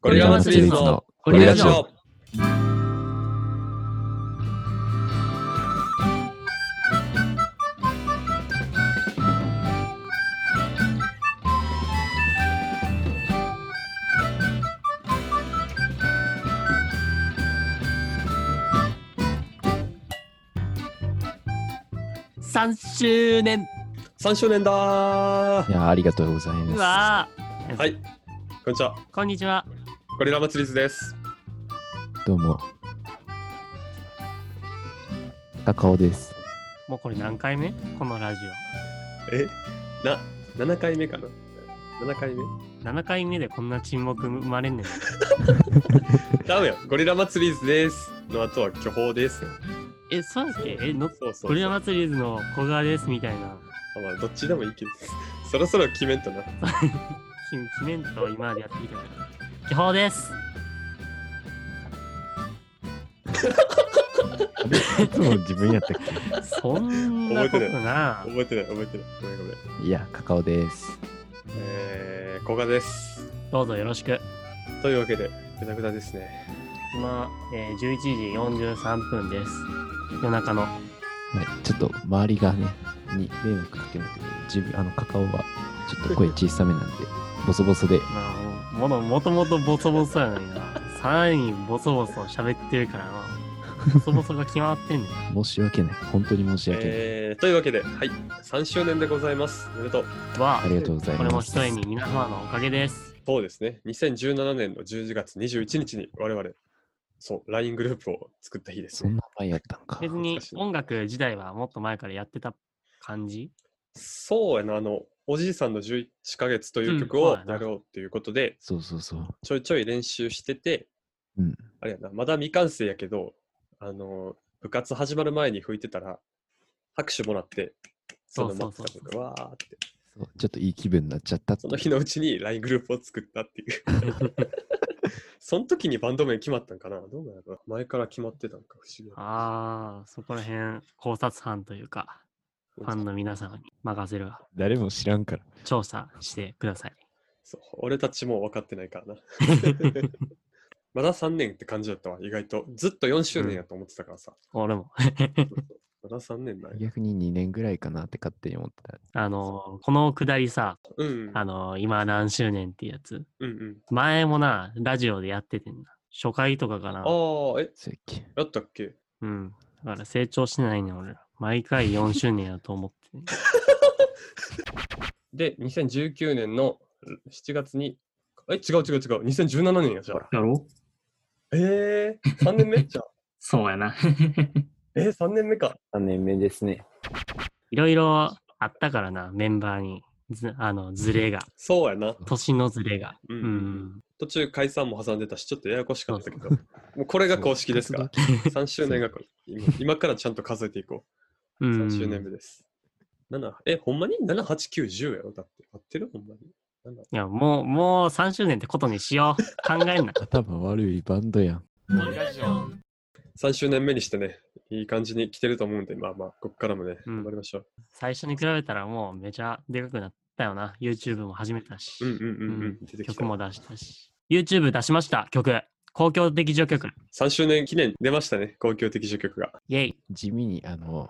ゴリラ祭りのゴリラジオ。 3周年3周年だーいやーありがとうございます。わはい、こんにちは。ーこんにちはゴリラ祭りズです。どうも。高尾です。もうこれ何回目このラジえな、7回目かな ?7 回目オ7回目でこんな沈黙生まれんねんダメよ。ゴリラ祭りズです。の後は巨峰ですよ。えそうやっけえのそうそうゴリラそう。祭りの小川ですみたいなまあ、どっちでもいいけど。そろそろ決めんとな。記念と今までやってきた巨峰ですいつも自分やったっけそんなことな覚えてない、覚えてない。ごめんごめん。いや、高尾です。えー、古賀です。どうぞよろしくというわけで、ぐだぐだですね。今、えー、11時43分です夜中のはい、ちょっと周りがね、に迷惑かけないけど、自分、あの、高尾はちょっと声小さめなんで、ボソボソで、まあものもともとボソボソやのにな3人ボソボソ喋ってるからなボソボソが決まってんね申んし訳ない。本当に申し訳ない。えー、というわけで、はい、3周年でございます。おめでとう。はありがとうございこます。れも一重に皆様のおかげです。そうですね。2017年の11月21日に我々、そう、LINE グループを作った日ですそね。んな前やったんか。別に音楽自体はもっと前からやってた感じそうやな、あの、おじいさんの11ヶ月という曲うんをそうやなやろうっていうことで、そうそうそう。ちょいちょい練習してて、うん。あれやな、まだ未完成やけど、あの、部活始まる前に吹いてたら、拍手もらって、そのうそうそう待ってたのでわーって、そうちょっといい気分になっちゃったってそいうの日のうちに LINE グループを作ったっていう。 その時にバンド名決まったんかなどうなんやろな前から決まってたんか不思議なああ、そこら辺考察班というか、ファンの皆様に任せるわ。 誰も知らんから。調査してください。そう俺たちも分かってないからな。まだ3年って感じだったわ、意外と。ずっと4周年やと思ってたからさ。俺も。 まだ3年なんや。逆に2年ぐらいかなって勝手に思ってた。あのー、このくだりさ、うんうん。あのー、今何周年ってやつ。うんうん。前もな、ラジオでやっててんな。初回とかかなあ。あ、え、そうやっけやったっけうん。だから成長してないねん、俺ら。毎回4周年やと思ってん。で、2019年の7月に、え、違う違う違う、2017年やじゃあ。 やろえー、3年目じゃあ。そうやな。えー、3年目か。 ?3 年目ですね。いろいろあったからな、メンバーに。ずあの、ズレが。そうやな。年のズレが。う。うんん。途中解散も挟んでたし、ちょっとややこしかったけど、もうこれが公式ですから。3周年がこ今今からちゃんと数えていこう。うん。 3周年目です。7え、ほんまに ?7、8、9、10やろだって。合ってるほんまに。7いや、もう、もう3周年ってことにしよう。 考えんな。頭悪いバンドやん。 3周年目にしてね、いい感じに来てると思うんで、まあまあ、こっからもね、うん頑張りましょう。最初に比べたらもうめちゃでかくなったよな。YouTube も始めたし。うんうんうんううんん。出てき曲た。も出したし。YouTube 出しました、曲。公共的助曲。 3周年記念出ましたね、公共的助曲が。イェイ。地味にあの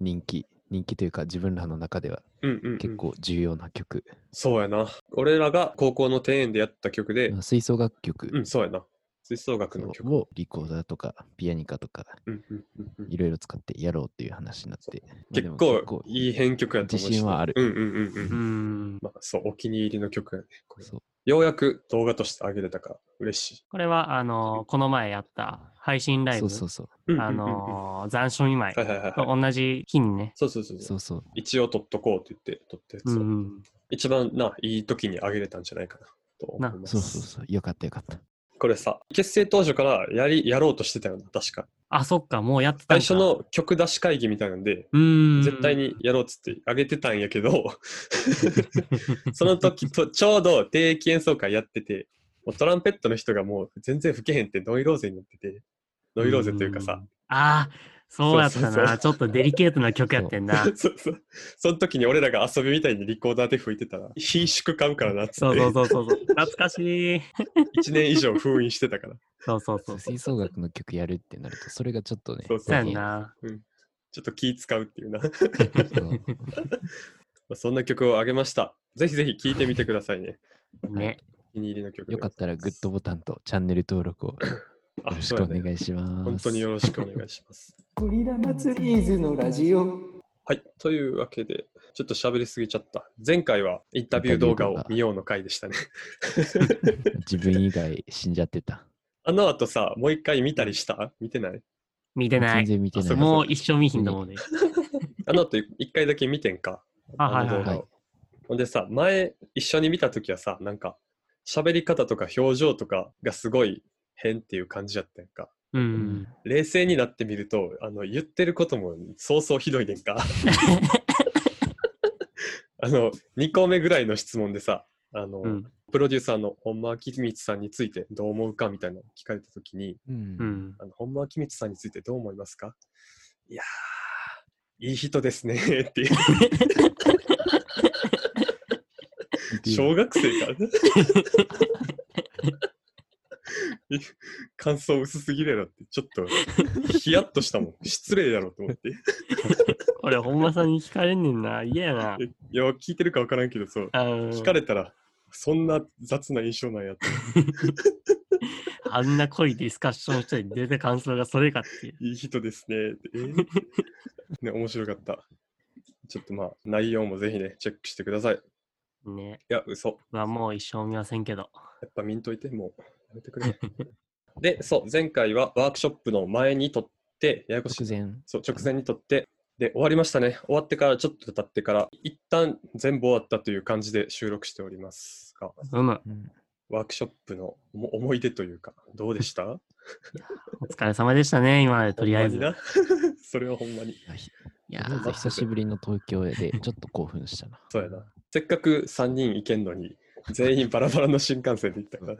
人気人気というか自分らの中ではうんうん、うん。結。構重要な曲、そうやな。俺らが高校の庭園でやった曲で、吹奏楽曲うん、そうやな。吹奏楽の曲。をリコーダーとかピアニカとかうんうんうんうんいろいろ使ってやろうっていう話になって、結まあでも構いい編曲やと思うし。自信はあるうんうんうんううんー。ん。まあそう、お気に入りの曲やね。これそうようやく動画として上げれたから嬉しい。これは、あのーこの前やった配信ライそブう。そうそううんうんうんあうんのー残暑見舞いはいはいはいはい。と同じ日にね。そうそうそうそ。そううそう一応撮っとこうって言って撮ったやうつを、ん。一番ないい時にあげれたんじゃないかなと思います。そうそうそうよかったよかったこれさ、結成当初からやりやろうとしてたよな、確か。あ、そっか、もうやってたん最か初、の曲出し会議みたいなんで、うーん。絶対。にやろうっつってあげてたんやけど、 その時とちょうど定期演奏会やってて、もうトランペットの人がもう全然吹けへんってノイローゼになってて、ノイローゼというかさ、ああ、そうやっそたうそうそな。うちょっとデリケートな曲やってんな。 そうそう。その時に俺らが遊びみたいにリコーダーで吹いて たら、ひ縮買うからなっつって、そうそうそう そう。懐かしい。 1年以上封印してたから。そうそうそ。そううそ吹う奏楽の曲やるってなると、それがちょっとね、そうそうやんな。ちょっと気使うっていうな。 まそうあそんな曲をあげました。ぜひぜひ聴いてみてください ね。ね。お気に入りの曲でよかったらグッドボタンとチャンネル登録をよあろしそうくやおね願いします。本当によろしくお願いします。ゴリラ祭りーズのラジオ。はい。というわけで、ちょっと喋りすぎちゃった。前回はインタビュー動画インタビュー動を画見ようの回で したね。自分以外死んじゃってた。あの後さ、もう一回見たりした見てない見てな全い。然見てあなそい。もう一生見ひんと思うね。あの後一回だけ見てんか。あ、はいのはい動画はい。をほんでさ、前一緒に見た時はさ、なんか喋り方とか表情とかがすごい変っていう感じやったやんか。うん。冷静になってみると、あの言ってることもそうそうひどいねん か。あの、2個目ぐらいの質問でさ、あの、うん。プロデューサーの本間明光さんについてどう思うかみたいなのを聞かれた時に、う。うんん。あの本間明光さんについてどう思いますかいやー、いい人ですねーっていう、小学生かい感想薄すぎるやろって、ちょっとヒヤッとしたもん。失礼やろと思って。これ、本間さんに聞かれんねんな。嫌やな。いや、聞いてるか分からんけど、そう、あの聞かれたら、そんな雑な印象なんやって、あんな濃いディスカッションして出た感想がそれかっていう。いい人ですねって。えーね、面白かった。ちょっとまあ、内容もぜひね、チェックしてください。いね。や、嘘。まあもう一生見ませんけど。やっぱ見んといて、もう、やめてくれ。で、そう、前回はワークショップの前に撮って、ややこしい直前。そう、直前に撮って、で、終わりましたね。終わってから、ちょっと経ってから、一旦全部終わったという感じで収録しておりますが、うむ。うんワークショップの思思い出というか、どうでしたお疲れ様でしたね。今までとりあえず。ほんいまにな それはほんまに。やとりあえずー、久しぶりの東京でちょっと興奮し たな。そうやな。せっかく3人行けんのに、全員バラバラの新幹線で行ったから、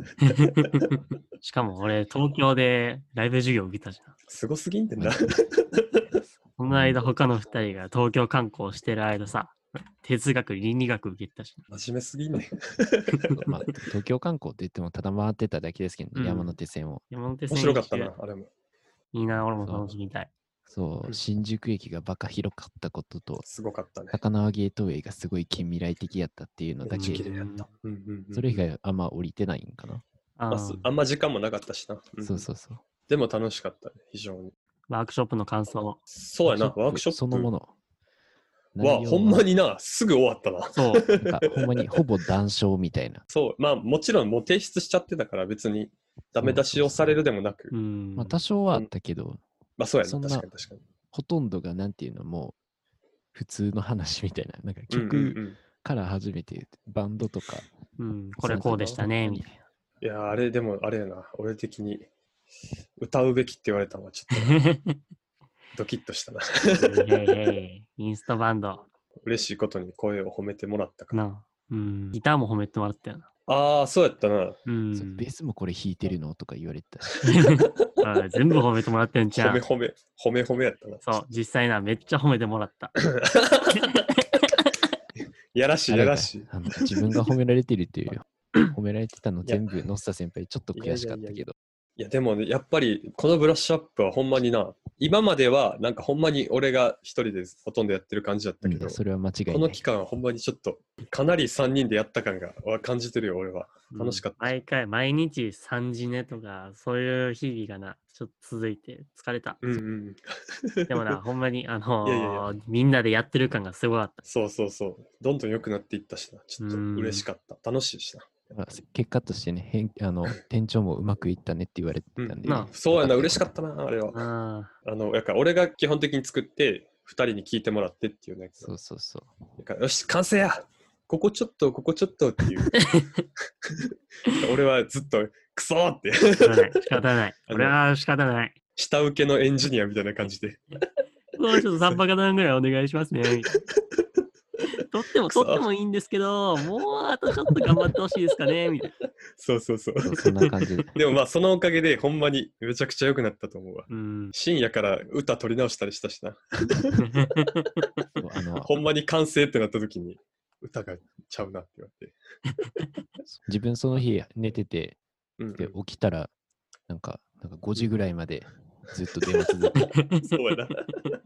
しかも俺、東京でライブ授業受けたじゃん。すごすぎんてんな。その間、他の二人が東京観光してる間さ、哲学、倫理学受けてたし真面目すぎんねん。まあ、東京観光って言ってもただ回ってただけですけどね、うん山手線を。な。山手線面白かったな、あれも。いいな、俺も楽しみたい。そうう、ん新宿駅がバカ広かったことと、すごかったね。高輪ゲートウェイがすごい近未来的やったっていうのだめっちけゃ綺、麗やっうんうんうんうんそれ以外はあんま降りてないんかな。あまあーすあんま時間もなかったしな。んそうそうそう。でも楽しかったね、非常に。ワークショップの感想。そうやな、ワークショップそのもの。は内容ほんまにな、すぐ終わったな。。そう。なんかほんまに ほぼ談笑みたいなそう、まあもちろんもう提出しちゃってたから別にダメ出しをされるでもなくう、ん。まあ多少はあったけど、まあそうやそな、んな確かに確かに。ほとんどがなんていうのもう普通の話みたいな。なんかうんうん曲うんから始めてバンドとか。うん、これこうでしたね、みたいいやー、あれでもあれやな、俺的に歌うべきって言われたのはちょっな。とドキッとしたな。 へいへいへいインスタバンド。嬉しいことに声を褒めてもらったから。なあうん。ギターも褒めてもらったよな。ああ、そうやったな。うそうベーん。スもこれ弾いてるのとか言われてたし。 あ全部褒めてもらってんじ褒ゃめん。褒め、褒め褒めやったな。そう、実際な、めっちゃ褒めてもらった。やらしい、あれやだらしい。あの自分が褒められてるって いうよ。褒められてたの全部、ノスタ先輩、ちょっと悔しかったいやいやいやけど。いや、でもね、やっぱりこのブラッシュアップはほんまにな、今まではなんかほんまに俺が一人でほとんどやってる感じだったけど、うんそれは間違いない。この期間はほんまにちょっと、かなり3人でやった感がわ感じてるよ、俺は。楽しかったうん毎回、毎日3時寝とか、そういう日々がな、ちょっと続いて疲れた。うんうん。 でもな、ほんまに、あのーいやいやいやみんなでやってる感がすごかった。そうそうそう。どんどん良くなっていったしな。ちょっと嬉しかった。楽しいしな。まあ結果としてね、変あの店長もうまくいったねって言われてたんで。なあそうやな、嬉しかっったな、あれは。ああの、やから俺が基本的に作って、2人に聞いてもらってっていうね。た。そうそうそう。だからよし、完成やここちょっと、ここちょっと っていう。俺はずっと、クソーって、 あ、仕方ない。仕方ない。あの俺は仕方ない。下請けのエンジニアみたいな感じで。もうちょっと3パカ段ぐらいお願いしますね。みたいな撮ってもくそ撮ってもいいんですけど、もうあとちょっと頑張ってほしいですかね、みたいな。そうそうそう。そうそんな感じで。でもまあそのおかげでほんまにめちゃくちゃ良くなったと思うわ。 うん。 深夜から歌取り直したりしたしな。そうあ のほんまに完成ってなった時に歌がちゃうなって言われて。自分その日寝てて、うんうんで起きたら、なんか、なんか5時ぐらいまでずっと電話続けそう やな。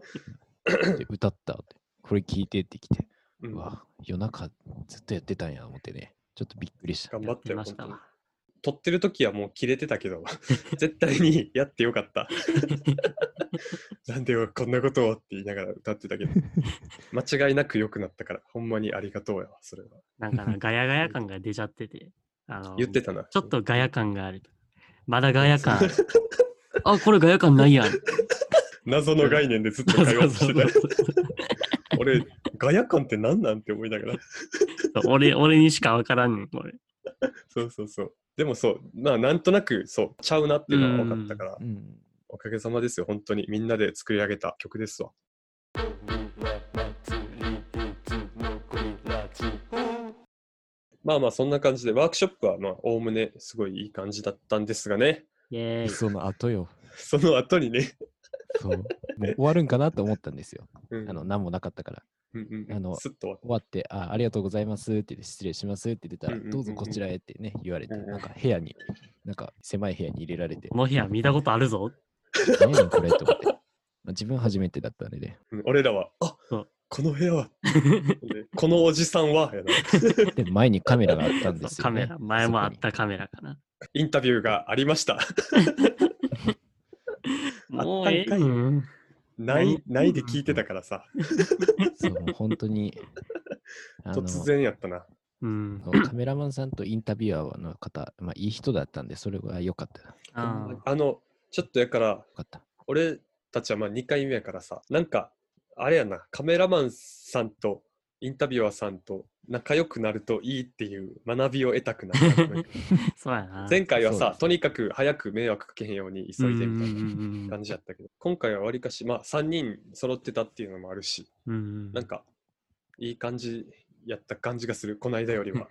て歌ったって、これ聞いてってきて、うんうわ、夜中ずっとやってたんや、思ってね。ちょっとびっくりした。頑張った出よ、まし本当たにわ。撮ってる時はもう切れてたけど、 絶対にやってよかった。 なんでよ、こんなことをって言いながら歌って たけど、間違いなく良くなったから、ほんまにありがとうやわ、それは。なんかな、ガヤガヤ感が出ちゃってて。あの言ってたな。ちょっとガヤ感がある。まだガヤ感ある。あ、これガヤ感ないやん。謎の概念でずっと会話 してたよ。俺、ガヤ感って何なんって思いながら。俺、俺にしかわからんねん、これ。そうそうそう。でもそう、まあなんとなくそう、ちゃうなっていうのが分かったからう、ん。おかげさまですよ、本当に。みんなで作り上げた曲ですわ。まあまあそんな感じでワークショップはまあおおむねすごいいい感じだったんですがね イェーイ。その後よ。その後にね、そう。もう終わるんかなと思ったんですよ。うん、あの、何もなかったから。うんうんうんあのスッと終わっ終わって、あありがとうございますって言って、失礼しますって言ってたうんうらんうんう、んどうぞこちらへってね、言われて、うんうんなんか部屋に、なんか狭い部屋に入れられてこ、の部屋見たことあるぞ。何やねんこれと思って。まあ自分初めてだったんでね。うん俺らはあそうこの部屋はでこのおじさんはやなで、前にカメラがあったんですよ、カね。メラ。前もあったカメラかな。インタビューがありましたあもうええ。あったんかいうんないないで聞いてたからさそこに。そう、もう本当に。あの突然やったなうん。そうカメラマンさんとインタビュアーの方、まあ、いい人だったんで、それは良かった。良あーあのちょっとやからかった。俺たちはまあ2回目やからさなんかあれやなカメラマンさんとインタビュアーさんと仲良くなるといいっていう学びを得たくなったそうやな。前回はそうでさすねとにかく早く迷惑かけへんようにうん急いでみたいうんなうん感じやったけど今回はわりかしまあ3人揃ってたっていうのもあるしうんうんなんかいい感じやった感じがするこないだよりは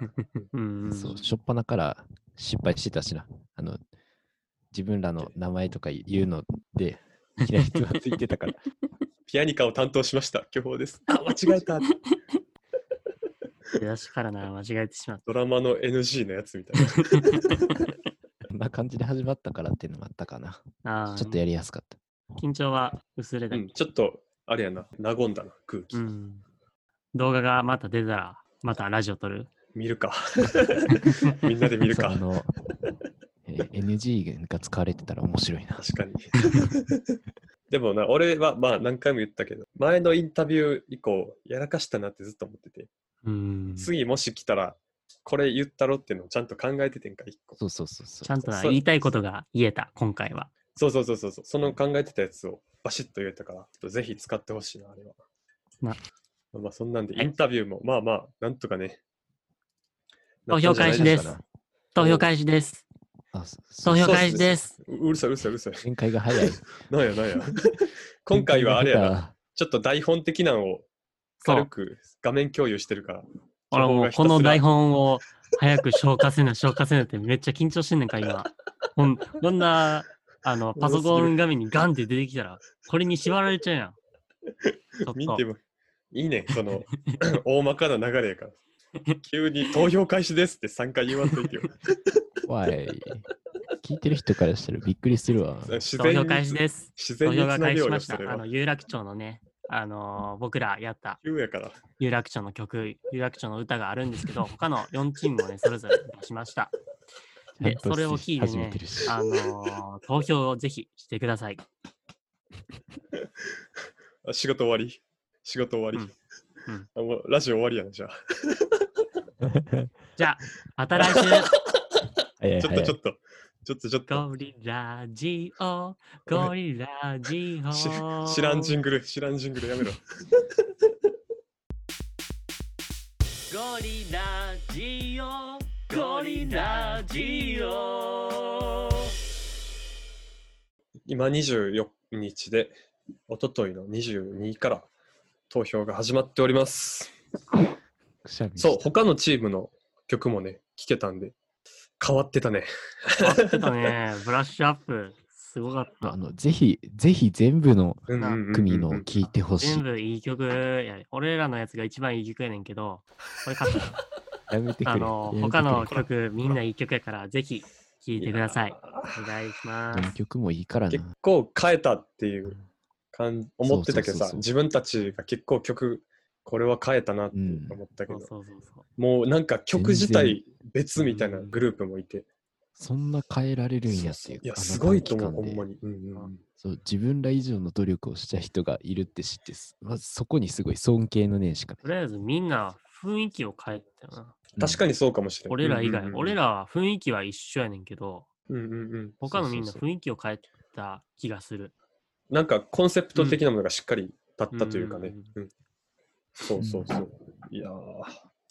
うんうんそう、しょっぱなから失敗してたしな。あの、自分らの名前とか言うので、いきなりつまずいて たから。ピアニカを担当しました巨峰ですあ間違えた出だしからな、間違えてしまっドラマの NG のやつみたいなこんな感じで始まったからっていうのもあったかな。た。あーちょっとやりやすかった。緊張は薄れたう。んちょっとあれやな和んだな空気、うん動画がまた出たら、またラジオ撮る。見 るかみんなで見るそうかあの、えー NG が使われてたら面白いな。確かにでもな俺はまあ何回も言ったけど前のインタビュー以降やらかしたなってずっと思っててうんち次もし来たらこれ言ったろっていうのをちゃんと考えててんか一個そうそうそうそう。ゃんとなそう言いたいことが言えた、今回は。そうそうそうそうそうその考えてたやつをバシッと言えたからちょっとぜひ使ってほしいなあれはなまあまあそんなんではいインタビューもまあまあなんとかね投票開始ですなったんじゃないかな投票開始です。あそそ投う票開始です。ううるさいうるさいうるさい展開が早い。なんや なんや今回はあれやなな。ちょっと台本的なのをそ軽う。く画面共有してるから。俺はもう情報こがひたのすら台本を早く消化せな、消化せなってめっちゃ緊張してんねんか、今。こんこんな、あの、パソコン画面にガンって出てきたら、これに縛られちゃうやん。ちょっ見とてもい いね、その大まかな流れやから。急に投票開始ですって3回言わんと いてよ。怖い。聞いてる人からしたらびっくりするわ。自投然票に開始です。自然投に票つがな開げよう始しまよ、しそたれ。あの、は。有楽町のね、あのー僕らやった急やから。有楽町の曲、有楽町の歌があるんですけど、他の4チームもね、それぞれ出しました。で、それを聞いて始めねてる、し。あのー投票をぜひしてください。あ仕事終わり。仕事終わり。うんうんあもうラジオ終わりやな、じゃあ。じゃあ、また来週、早いちょっと早いちょっと。ちょっとちょっと。ゴリラジオ、ゴリラジしオ。知らんジングル、知らんジングルやめろ。ゴリラジオ、ゴリラジオ。今24日で、おとといの22から投票が始まっております。くしゃみしたそう、他のチームの曲もね、聴けたんで、変わってたね。合ってたね。ブラッシュアップ。すごかっあた。のぜひ、ぜひ全部のうんうんうんうん組の聞いてほしい全。部いい曲やね。俺らのやつが一番いい曲やねんけど、これ勝ったやめてくれ。あの、やめてくれ他の曲、みんないい曲やから、ぜひ聴いてください。お願いしまどのす。曲もいいから結な。構変えたっていう感じ思ってたけどそうそうそうさそう自分たちが結構曲これは変えたなって思ったけそど、うそうそうそう。もうなんか曲自体別みたいなグループもいて、そんな変えられるんそやうってそういう。いやあのすごいと思うほ短期間んでまに、うんうんうんそう自分ら以上の努力をした人がいるって知ってす、まあ、そこにすごい尊敬の念しかとりあえずみんな雰囲気を変えたよな。確かにそうかもしれない、俺ら以外、うんうんうん俺、らは雰囲気は一緒やねんけど、うんうんうん、他のみんなそうそうそ雰囲気を変えた気がする。なんかコンセプト的なものがしっかり立ったというかね、うんそうそうそう、いやー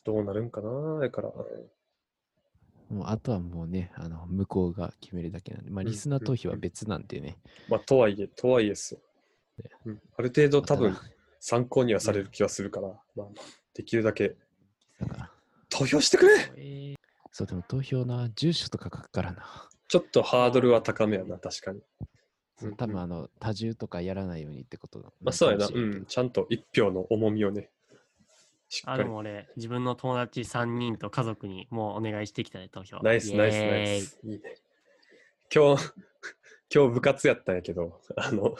どうなるんかなだからもうあとはもうね、あの向こうが決めるだけなんで、まあ、うんリスナー投票はうん別なんでね。まあとはいえとはいえっすよ、うんある程度多分また参考にはされる気はするから、まあ、できるだけだから、投票してくれえーそうでも投票な、住所とか書くからな。ちょっとハードルは高めやな、確かに。うん多分あの多重とかやらないようにってことだ。まあそうやな、かうもしれけん、ちゃんと一票の重みをね、しっあ、かでりも。俺、自分の友達3人と家族にもうお願いしてきたね、投票。ナイスナイスナイス。いいね。今日、 今日部活やったんやけど、あの、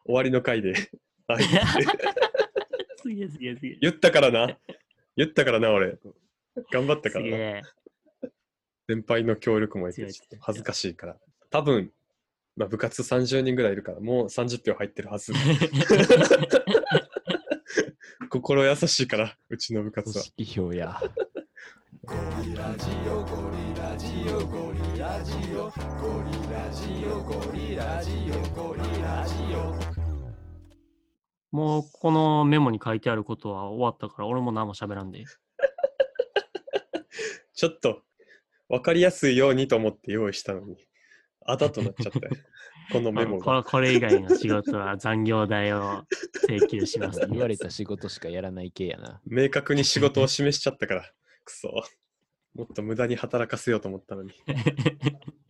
終わりの回で、あイエーイ。すげえすげえすげえ。言ったからな、言ったからな、俺。頑張ったすかげらな。え。先輩の協力もいて、強いちょっと恥ずかしいから。多分、まあ、部活30人ぐらいいるから、もう30票入ってるはず。 心優しいから、うちの部活組は。織票や。もうこのメモに書いてあることは終わったから、俺も何も喋らんで。ちょっと分かりやすいようにと思って用意したのに、あだとなっちゃったよこのメあのモこが。れこれ以外の仕事は残業代を請求 します、言われた仕事しかやらない系やな。明確に仕事を示しちゃったから、くそ。もっと無駄に働かせようと思ったのに。ま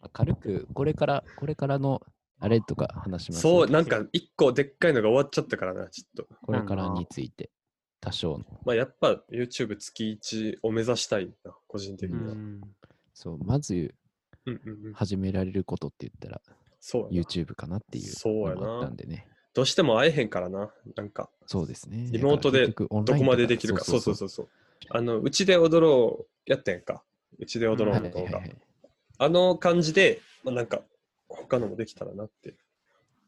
あ軽く、これから、これからのあれとか話します、そう、なんか一個でっかいのが終わっちゃったからな、ちょっと。これからについて、多少の。まあやっぱ YouTube 月1を目指したいな、個人的うには。ん。そう、まずうんうんうん、始められることって言ったら、そうやな。 YouTube かなっていうそうやのなもあったんでね。どうしても会えへんからな、なんか。そうですね。リモートでだから結局オンどライこンとまでできるか。そうそうそうそう。あの、うちで踊ろうやってんか。うちで踊ろうはのい動はい画は。い。あの感じで、まあ、なんか、他のもできたらなって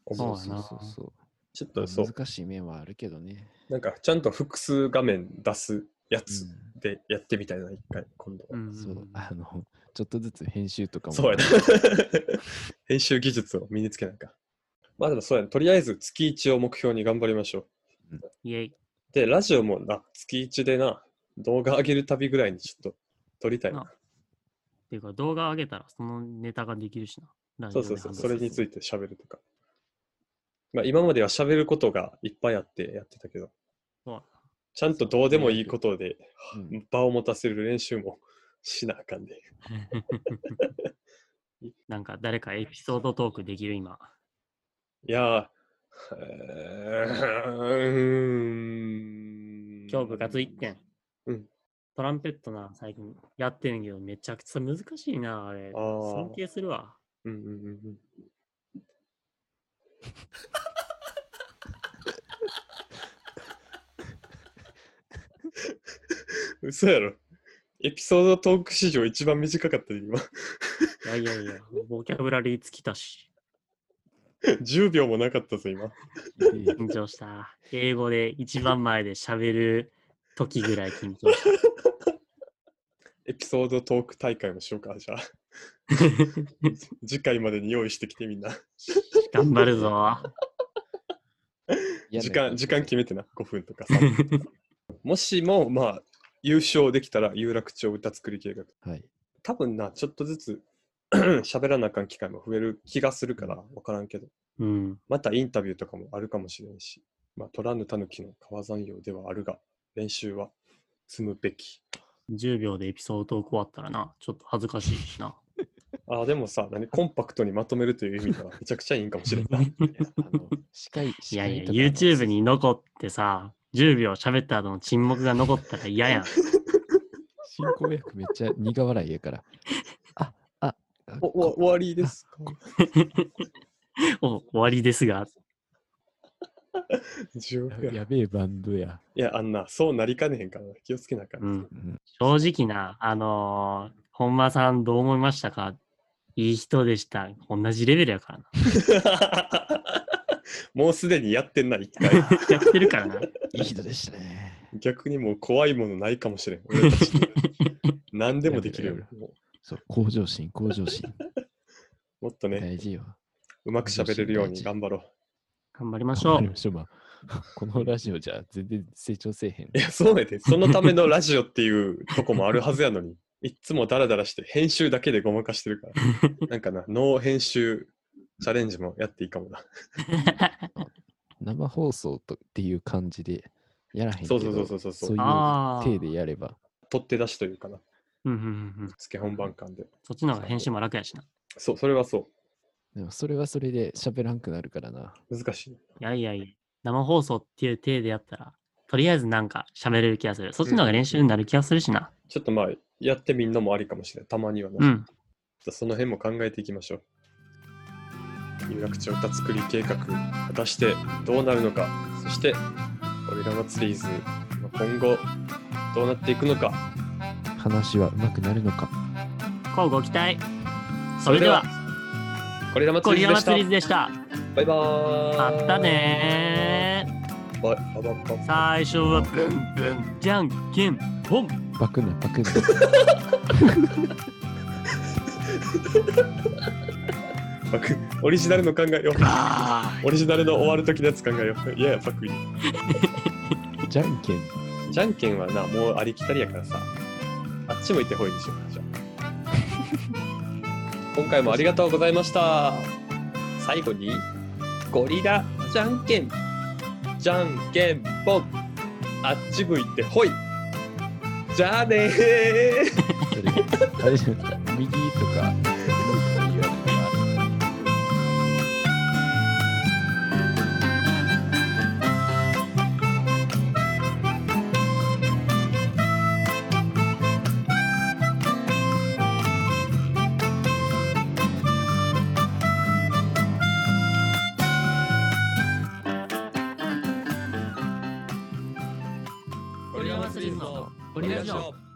思。そううやなそうそうちょっそうとそう、難しい面はあるけどね。なんか、ちゃんと複数画面出すやうつんでやってみたいな、一回、今度は。うんそう、あの、ちょっとずつ編集とかも。そうや な。編集技術を身につけないか。まあでもそうやな、とりあえず月1を目標に頑張りましょう。イェイ。で、ラジオもな、月1でな、動画上げるたびぐらいにちょっと撮りたいな。なっていうか、動画上げたらそのネタができるしな。そうそうそう、それについて。いて喋るとか。まあ今までは喋ることがいっぱいあってやってたけど、そうちゃんとどうでもいいことでうん場を持たせる練習もしなあかんで、 なんか誰かエピソードトークできる今。いやー、えー、今日部活1点。うんトランペットな、最近やってんけど、めちゃくちゃ難しいな、あれ。あー尊敬するわ。うんうんうんうん。 嘘やろ。エピソードトーク史上一番短かったで今。 いやいやいや、ボキャブラリー尽きたし、 10秒もなかったぞ今。いい緊張した。英語で一番前で喋る時ぐらい緊張した。エピソードトーク大会もしようか、じゃあ。次回までに用意してきてみんな。頑張るぞ。 嫌な時間、やつ時間決めてな、5分とか3分とか。もしも、まあ、優勝できたら有楽町歌作り計画。はい。多分な、ちょっとずつ喋らなあかん機会も増える気がするから分からんけど、うん。またインタビューとかもあるかもしれんし、まあ、取らぬたぬきの川山用ではあるが、練習は積むべき。 10秒でエピソードトーク終わったらな、ちょっと恥ずかしいしな。ああ、でもさ、何コンパクトにまとめるという意味ではめちゃくちゃいいんかもしれない。あの司会、い司やい会や、とか YouTube に残ってさ、10秒喋った後の沈黙が残ったら嫌やん。進行役めっちゃ苦笑いやから。あ、あ、あおお終わりですかお終わりですが。地獄 ややいやべえバンドや。や、あんな、そうなりかねへんからな気をつけなあかん。うんう。ん、正直な、あのー本間さんどう思いましたかいい人でした。同じレベルやからな。もうすでにやってんな、一回。やってるからいな。い人でしたね。逆にもう怖いものないかも しれん。俺たち何でもできるよやめ。そう、向上心、向上心。もっとね、大事よ。うまく喋れるように頑張ろ頑張りましょ頑張りう。ましょう。まあ、このラジオじゃ全然成長せえ へんう。い。や、そうやで。そのためのラジオっていうとこもあるはずやの に、いっつもダラダラして、編集だけでごまかしてるから。なんかな、ノー編集チャレンジもやっていいかもな。生放送とっていう感じでやらへんけそどうそうそうそうそうそういうああ。手でやれば。取って出しというかな。うんうんうんうん。つけ本番感で。そっちの方が編集も楽やしな。そう、それはそでもそれはそれで喋らんくなるからな。う。難しい。いやいやいや、生放送っていう体でやったら、とりあえずなんか喋れる気がする。そっちの方が練習になる気がするしな。ちょっとまあ、やってみんのもありかもしれない。たまにはな。うじゃん。あその辺も考えていきましょう。有楽町歌作り計画、果たしてどうなるのか、そして、俺らのツリーズ、今後、どうなっていくのか。話はうまくなるのか。乞うご期待。それでは、これらのツコリーリズでラマしツたリー。ズでした。バイバーイ。まったねー。バイ。バババ最初はブンブン、じゃんけん、ポン。バクね、バクね。バクオリジナルの考えよう。あーオリジナルの終わる時のやつ考えよう。いやいや、パクリ。じゃんけん。じゃんけんはな、もうありきたりやからさ。あっち向いてほいでしょ。じゃあ今回もありがとうございました。最後に、ゴリラじゃんけん。じゃんけんぽん。あっち向いてほい。じゃあねー。それ、あれじゃない右とか、右とか言われたら。ゴリラマツリーズのゴリラジオ。